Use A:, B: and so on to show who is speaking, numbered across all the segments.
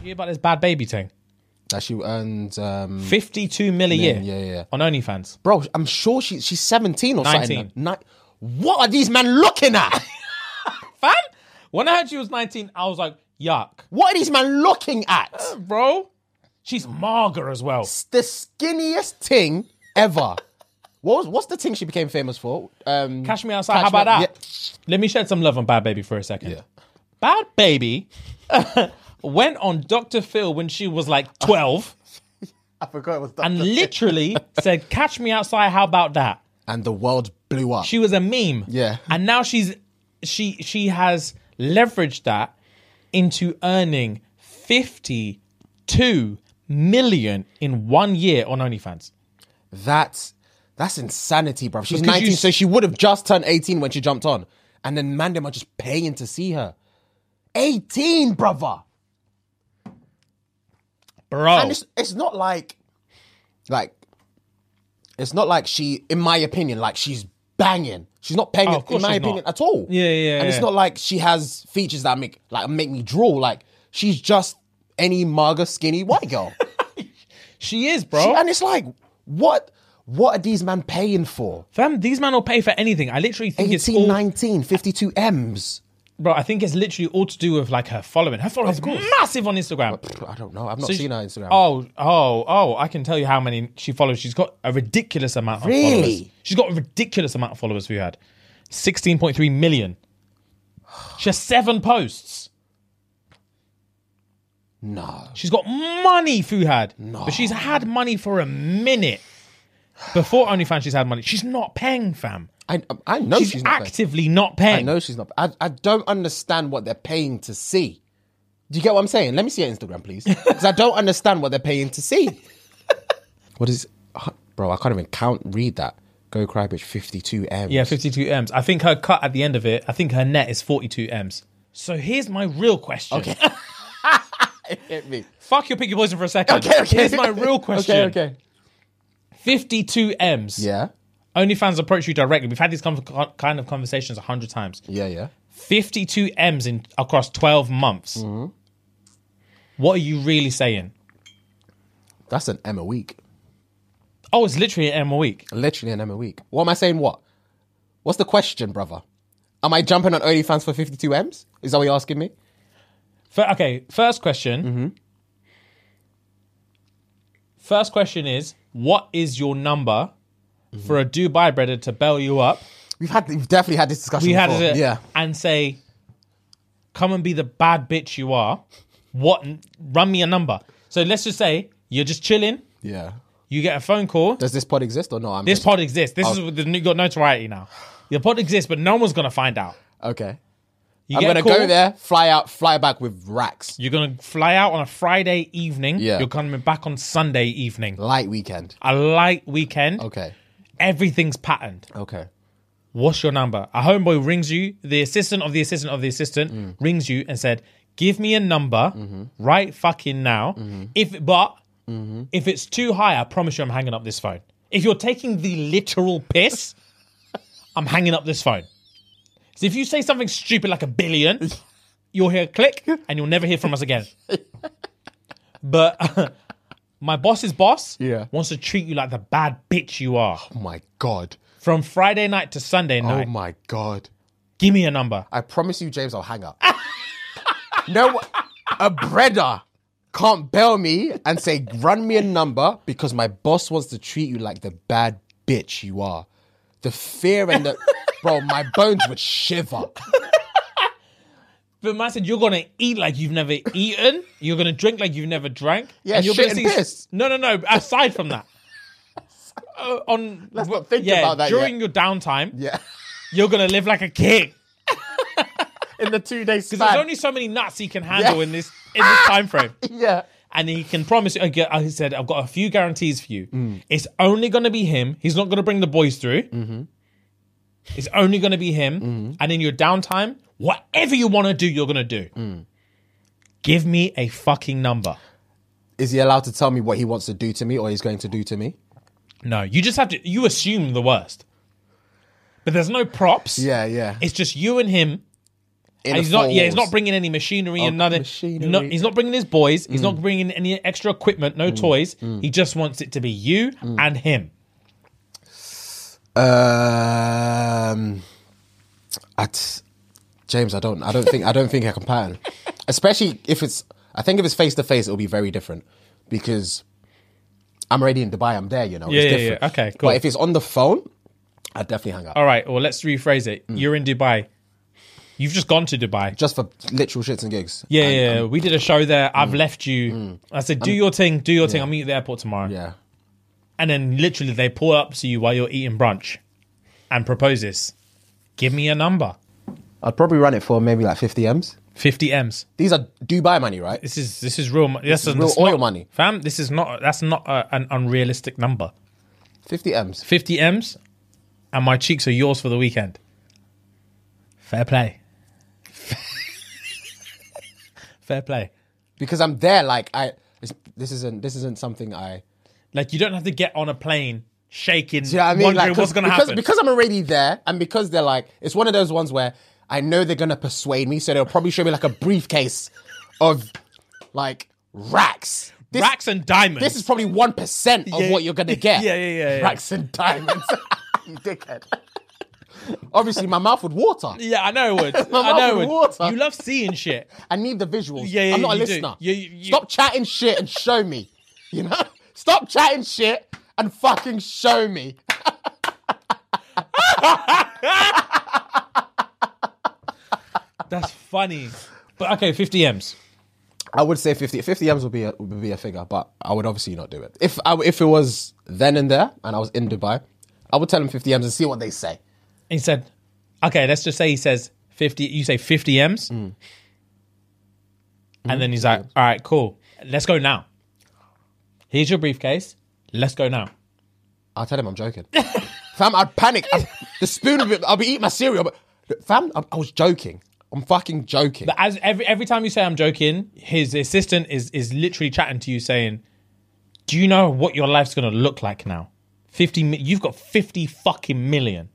A: You hear about this bad baby thing?
B: That she earned um,
A: 52 mil a year
B: yeah, yeah, yeah.
A: on OnlyFans.
B: Bro, I'm sure she, she's 17 or
A: 19.
B: something. Ni- what are these men looking at?
A: Fam, when I heard she was 19, I was like, yuck.
B: What are these men looking at?
A: Bro, she's mager as well.
B: It's the skinniest thing ever. What was, what's the thing she became famous for? Um,
A: Cash me outside. How about
B: Me-
A: that? Let me shed some love on Bad Baby for a second.
B: Yeah.
A: Bad Baby went on Dr. Phil when she was like 12
B: I forgot it was that.
A: and
B: And,
A: literally said, Catch me outside. How about that?
B: the world blew up.
A: She was a meme.
B: Yeah.
A: And now she's she she has leveraged that into earning 52 million in one year on OnlyFans.
B: that's that's insanity, bro. She's
A: Because you
B: 19,
A: s-
B: so she would have just turned 18 when she jumped on. And then man, them are just paying to see her. 18, brother.
A: Bro.
B: and it's it's not like like it's not like she in my opinion like she's banging she's not paying
A: Oh,
B: it,
A: of course
B: in my
A: she's not.
B: opinion at all
A: Yeah, yeah, yeah.
B: and it's not like she has features that make like make me drool like she's just any maga skinny white girl
A: she is,
B: She-
A: bro.
B: and it's like what what are these men paying for
A: Fam, these men will pay for anything. I literally think it's
B: 18
A: all
B: 19 52 m's
A: Bro, I think it's literally all to do with like her following. Her following is massive on Instagram.
B: i don't know i've not seen her instagram
A: Oh, oh, oh! I can tell you how many she follows. She's got a ridiculous amount.
B: Really?
A: Of followers. She's got a ridiculous amount of followers. We had sixteen point three million. She has seven posts.
B: no
A: She's got money, Fuhad. No. But she's had money for a minute. Before OnlyFans, she's had money. She's not paying, fam.
B: i i know
A: She's,
B: Oh, she's, not paying.
A: actively not paying.
B: I know she's not. I, I don't understand what they're paying to see. Do you get what I'm saying? Let me see her Instagram, please. Because I don't understand what they're paying to see. what is. uh, Bro, I can't even count, read that. Go cry, bitch, 52 M.
A: Yeah, 52 M's. I think her cut at the end of it, I think her net is 42 M's. So here's my real question. Okay.
B: Hit me.
A: Fuck your picky poison for a second.
B: Okay, okay.
A: Here's my real question.
B: Okay, okay.
A: 52 M's.
B: Yeah.
A: OnlyFans approach you directly. We've had these con- con- kind of conversations a hundred times.
B: Yeah, yeah.
A: 52 M's in across 12 months. What are you really saying?
B: That's an M a week.
A: Oh, it's literally an M a week.
B: Literally an M a week. What am I saying? What? What's the question, brother? Am I jumping on OnlyFans for 52 M's? Is that what you're asking me?
A: F- okay, first question. First question is what is your number for a Dubai breeder to bail you up?
B: We've had, we've definitely had this discussion.
A: We had
B: before.
A: it
B: Yeah.
A: and say, come and be the bad bitch you are. What? Run me a number. So let's just say you're just chilling.
B: Yeah.
A: You get a phone call.
B: Does this pod exist or not? I'm
A: This
B: just-
A: pod exists. This
B: Oh.
A: is the new got notoriety now. The pod exists, but no one's gonna find out.
B: Okay.
A: You
B: I'm
A: get a
B: gonna
A: call.
B: go there, fly out, fly back with racks.
A: You're gonna fly out on a Friday evening.
B: Yeah.
A: You're coming back on Sunday evening.
B: Light weekend.
A: a light weekend.
B: Okay.
A: Everything's patterned.
B: Okay.
A: What's your number? A homeboy rings you, the assistant of the assistant of the assistant
B: Mm.
A: rings you and said, Give me a number
B: Mm-hmm.
A: right fucking now. If but if it's too high, I promise you I'm hanging up this phone. If you're taking the literal piss, I'm hanging up this phone. So if you say something stupid like a billion, you'll hear a click and you'll never hear from us again. But my boss's boss
B: Yeah.
A: wants to treat you like the bad bitch you are.
B: Oh my god.
A: From Friday night to Sunday night.
B: Oh my god.
A: Give me a number.
B: I promise you, James, I'll hang up. no, a breader can't bail me and say, run me a number because my boss wants to treat you like the bad bitch you are. The fear and the. Bro, my bones would shiver.
A: But man said you're gonna eat like you've never eaten. You're gonna drink like you've never drank.
B: Yeah,
A: you're
B: shit and piss.
A: No, no, no. Aside from that, Uh, on
B: Let's not think
A: yeah,
B: about that
A: during your downtime,
B: Yeah.
A: you're gonna live like a king.
B: In the two days.
A: Because there's only so many nuts he can handle in this in this time frame.
B: Yeah.
A: and he can promise you. I get- I said, I've got a few guarantees for you.
B: Mm.
A: It's only going to be him. He's not going to bring the boys through.
B: Mm-hmm.
A: It's only going to be him. And in your downtime, whatever you want to do, you're going to do.
B: Mm.
A: Give me a fucking number.
B: Is he allowed to tell me what he wants to do to me or he's going to do to me?
A: No, you just have to. You assume the worst. but there's no props.
B: Yeah, yeah.
A: It's just you and him.
B: In
A: And
B: the
A: he's not.
B: four
A: Yeah, he's
B: walls.
A: not bringing any machinery and nothing.
B: machinery. Mm.
A: No, he's not bringing his boys. He's not bringing any extra equipment. No toys. He just wants it to be you
B: Mm.
A: and him.
B: Um, I t- James, I don't, I don't think, I don't think I can pattern. Especially if it's, I think if it's face to face, it'll be very different because I'm already in Dubai. I'm there, you know.
A: Yeah,
B: it's
A: yeah,
B: different.
A: yeah. Okay, cool.
B: But if it's on the phone, I'd definitely hang up
A: All right. Well, let's rephrase it. You're in Dubai. You've just gone to Dubai.
B: Hmm. just for literal shits and um, Hmm. gigs.
A: Yeah, yeah, yeah. we did a show there. I've left you. I said, do your thing, do your thing. I'll meet you at the airport tomorrow.
B: Yeah.
A: And then literally they pull up to you while you're eating brunch and propose this. Give me a number.
B: I'd probably run it for maybe like 50 m's.
A: 50 M's.
B: These are Dubai money, right?
A: This is this is real money. This, is
B: real
A: this
B: oil
A: not-
B: money.
A: Fam, this is not that's not uh an unrealistic number.
B: 50 m's.
A: 50 M's and my cheeks are yours for the weekend. Fair play. Fair play.
B: Because I'm there, like I. This, this isn't. This isn't something I.
A: Like you don't have to get on a plane shaking,
B: Do you know what I mean?
A: wondering
B: like, 'cause-
A: what's going to
B: because,
A: happen.
B: Because I'm already there, and because they're like, it's one of those ones where I know they're gonna persuade me, so they'll probably show me like a briefcase of like racks. This,
A: Racks and diamonds.
B: This is probably one percent of
A: Yeah.
B: what you're gonna get.
A: Yeah, yeah, yeah, yeah.
B: Racks and diamonds. you dickhead. Obviously, my mouth would water.
A: yeah, I know it would. I
B: mouth
A: know
B: with
A: it would.
B: water.
A: You love seeing shit.
B: I need the visuals.
A: Yeah, yeah,
B: I'm not a
A: you do.
B: listener.
A: Yeah, you- you-
B: Stop chatting shit and show me. You know? Stop chatting shit and fucking show me.
A: That's funny. But okay, 50 M's.
B: I would say 50. 50 M's would be a, would be a figure, but I would obviously not do it. If I, if it was then and there and I was in Dubai, I would tell them 50 M's and see what they say.
A: And he said, okay, let's just say he says 50, you say 50 M's.
B: Mm.
A: And then he's
B: Mm-hmm.
A: like, all right, cool. Let's go now. Here's your briefcase. Let's go now.
B: I'll tell them I'm joking. fam, I'd panic. I'd- the spoon of it, I'll be eating my cereal. But, fam, I, I was joking. I'm fucking joking.
A: But as every every time you say I'm joking, his assistant is is literally chatting to you saying, "Do you know what your life's gonna look like now? Fifty, mi- you've got fifty fucking million.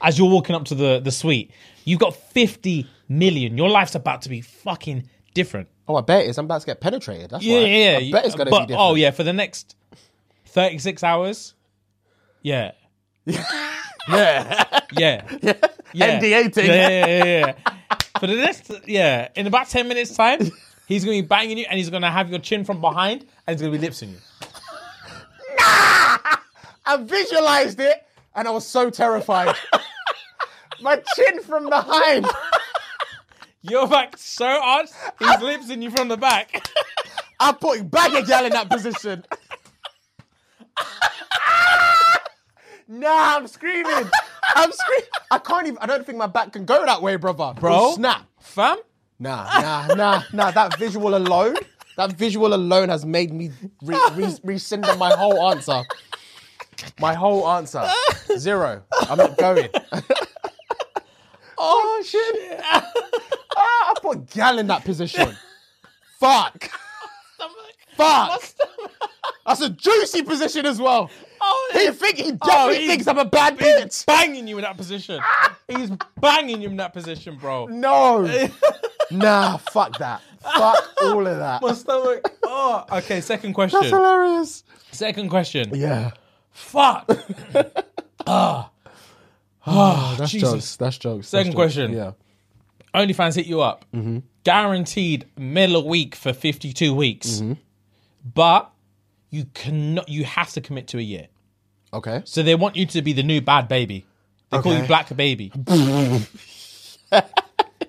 A: As you're walking up to the the suite, you've got fifty million. Your life's about to be fucking different.
B: oh, I bet it is. I'm about to get penetrated. That's
A: Yeah,
B: why.
A: yeah.
B: I bet it's going to be
A: But-
B: different.
A: Oh yeah, for the next thirty six hours. Yeah. yeah. Yeah. Yeah.
B: NDA thing.
A: Yeah, yeah, yeah, yeah, yeah. For the next, yeah, in about 10 minutes' time, he's going to be banging you and he's going to have your chin from behind and he's going to be lipsing you.
B: I visualized it and I was so terrified. my chin from behind.
A: You're back so hard, he's lipsing you from the back.
B: I put baggage gal in that position. nah, I'm screaming. I'm screaming. I can't even. I don't think my back can go that way, brother. It'll snap.
A: Oh, Fam?
B: Nah, nah, nah, nah. That visual alone. That visual alone has made me re- re- rescind my whole answer. My whole answer. Zero. I'm not going.
A: Oh, shit.
B: Ah, I put gal in that position. Fuck. Fuck. That's a juicy position as well.
A: Oh,
B: He think he definitely
A: he-
B: thinks I'm a bad
A: He's
B: bitch.
A: banging you in that position. He's banging you in that position, bro.
B: No. nah, fuck that. Fuck all of that.
A: My stomach. Oh, okay. Second
B: That's
A: question.
B: hilarious.
A: Second question.
B: Yeah.
A: Fuck.
B: That's
A: Jesus.
B: jokes. That's jokes.
A: Second
B: that's jokes.
A: question.
B: Yeah.
A: OnlyFans hit you up.
B: Mm-hmm.
A: Guaranteed mill a week for 52 weeks.
B: Mm-hmm.
A: But you cannot you have to commit to a year.
B: Okay.
A: So they want you to be the new bad baby. They call you
B: Okay.
A: black baby.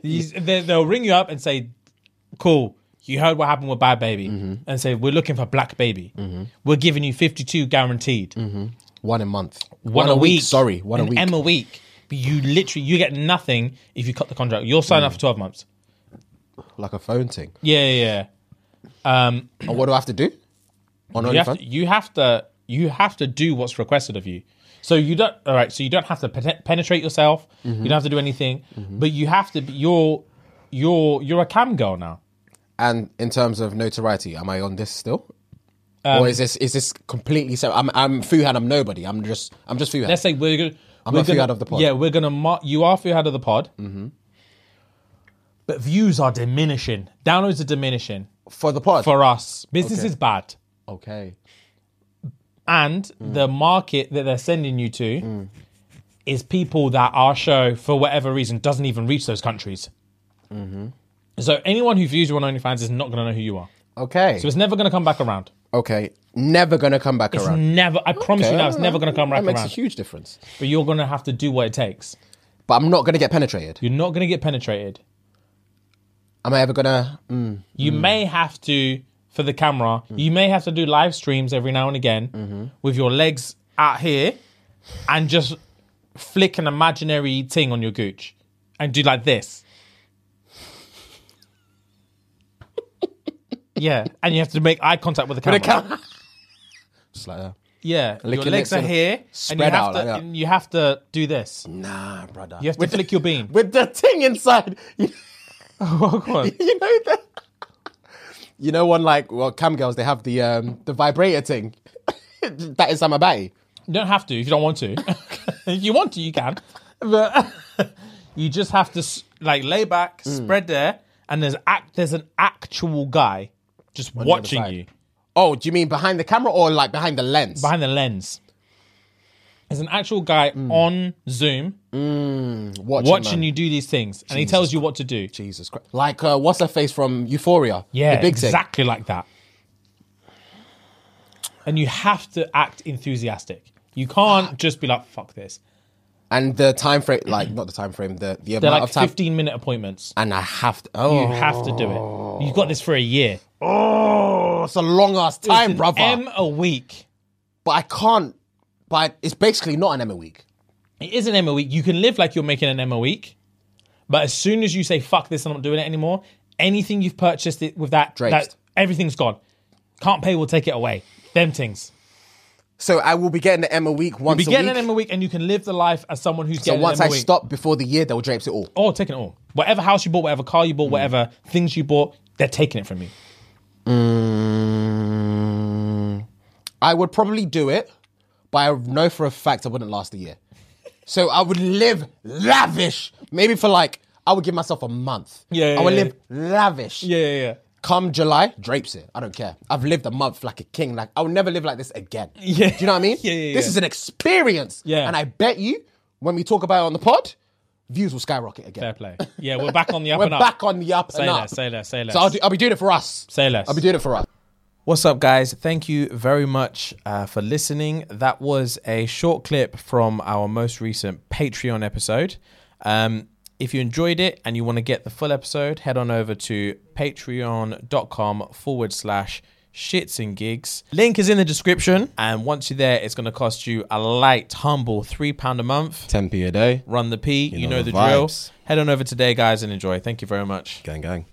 A: These- they, will ring you up and say, Cool, you heard what happened with bad baby.
B: Mm-hmm.
A: And say, We're looking for black baby. We're giving you 52 guaranteed.
B: One a month. Mm-hmm. One,
A: one a week.
B: Sorry. One
A: an
B: a week.
A: M a week. But you literally you get nothing if you cut the contract. You'll
B: Mm.
A: sign up for twelve months.
B: like a phone thing.
A: Yeah, yeah. yeah. Um,
B: And what do I have to do? On
A: you have
B: OnlyFans?
A: to, you have to you have to do what's requested of you. So you don't all right. So you don't have to pen- penetrate yourself. You don't have to do anything. But you have to. Be, you're you're you're a cam girl now.
B: And in terms of notoriety, am I on this still?
A: Um,
B: or is this is this completely so? I'm I'm Fuhan. I'm nobody. I'm just I'm just Fuhan.
A: Let's say we're gonna,
B: I'm
A: We're
B: a few
A: gonna-
B: out of the pod. Mm-hmm.
A: Yeah, we're gonna mark you are few out of the pod. But views are diminishing. Downloads are diminishing
B: For the pod.
A: for us. Business
B: Okay.
A: is bad,
B: okay.
A: and
B: Mm.
A: the market that they're sending you to is people that our show, for whatever reason, doesn't even reach those countries.
B: Mm-hmm.
A: So anyone who views you on OnlyFans is not gonna know who you are.
B: Okay.
A: So it's never gonna come back around.
B: okay. Never gonna come back
A: It's
B: around.
A: never. I promise you now, it's never gonna come back
B: That makes
A: around.
B: a huge difference.
A: But you're gonna have to do what it takes.
B: But I'm not gonna get penetrated.
A: You're not gonna get penetrated.
B: Am I ever gonna? Mm,
A: You may have to, for the camera, you may have to do live streams every now and again
B: Mm-hmm.
A: with your legs out here and just flick an imaginary thing on your gooch and do like this. yeah, and you have to make eye contact with the camera.
B: Just like that.
A: yeah, your
B: your
A: legs
B: lips
A: are
B: and
A: here, and you have
B: spread out
A: to,
B: like that.
A: and you have to do this.
B: Nah, brother.
A: You have to
B: with,
A: flick your bean.
B: with the thing inside. You, you know that. You know, one like well, cam girls they have the um the vibrator thing. that is my body.
A: You don't have to if you don't want to. if you want to, you can. But you just have to s- like lay back,
B: Hmm.
A: spread there, and there's act. There's an actual guy just watching
B: side.
A: you
B: Oh, do you mean behind the camera or like behind the lens?
A: behind the lens. There's an actual guy on Zoom
B: Hmm. watching,
A: watching
B: man.
A: you do these things, and he tells you what to do.
B: Jesus Christ! Like uh, what's her face from Euphoria?
A: Yeah,
B: the big thing.
A: exactly like that. And you have to act enthusiastic. You can't just be like, "Fuck this."
B: And the time frame, like not the time frame, the the
A: They're
B: amount
A: like
B: of time.
A: 15 minute appointments.
B: And I have to. Oh,
A: You have to do it. You've got this for a year.
B: oh, it's a long ass
A: It's
B: time,
A: an
B: brother.
A: M a week.
B: but I can't. But it's basically not an M a week.
A: It is an M a week. You can live like you're making an M a week, but as soon as you say "fuck this," I'm not doing it anymore. Anything you've purchased it with that, that
B: Draped.
A: everything's gone. Can't pay. We'll take it away. Them things.
B: So I will be getting the M a week once
A: Be
B: a
A: getting
B: week.
A: an M a week, and you can live the life as someone who's
B: so
A: getting
B: once
A: an
B: I
A: M a week.
B: stop before the year, they'll drapes it all.
A: Oh, taking it all. Whatever house you bought, whatever car you bought, whatever things you bought, they're taking it from you.
B: Mm, I would probably do it, but I know for a fact I wouldn't last a year. So I would live lavish. Maybe for like, I would give myself a month.
A: Yeah, yeah,
B: I would
A: yeah.
B: live lavish.
A: Yeah, yeah, yeah.
B: Come July, drapes it. I don't care. I've lived a month like a king. Like I'll never live like this again.
A: Yeah.
B: Do you know what I mean?
A: Yeah, yeah,
B: This
A: yeah.
B: is an experience.
A: Yeah.
B: And I bet you, when we talk about it on the pod, views will skyrocket again.
A: Fair play. Yeah, we're back on the up
B: We're
A: and up.
B: back on the up
A: say
B: and
A: less,
B: up.
A: say less, say less.
B: So I'll, do, I'll be doing it for us.
A: Say less.
B: I'll be doing it for us.
A: What's up, guys? Thank you very much uh, for listening. That was a short clip from our most recent Patreon episode. Um, if you enjoyed it and you want to get the full episode, head on over to patreon.com forward slash shits and gigs. Link is in the description. And once you're there, it's going to cost you a light, humble £3 a month.
B: 10p a day.
A: Run the P, you, know,
B: know
A: the
B: the
A: drill.
B: vibes.
A: Head on over today, guys, and enjoy. Thank you very much.
B: Gang, gang.